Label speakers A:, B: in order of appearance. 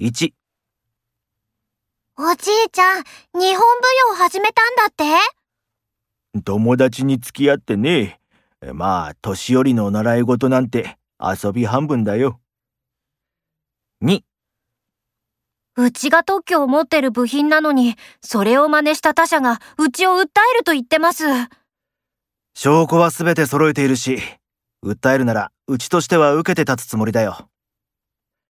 A: 1、
B: おじいちゃん、日本舞踊始めたんだって
A: 友達に付き合ってねえ。まあ、年寄りの習い事なんて遊び半分だよ。2、
B: うちが特許を持ってる部品なのに、それを真似した他社がうちを訴えると言ってます。
A: 証拠は全て揃えているし、訴えるならうちとしては受けて立つつもりだよ。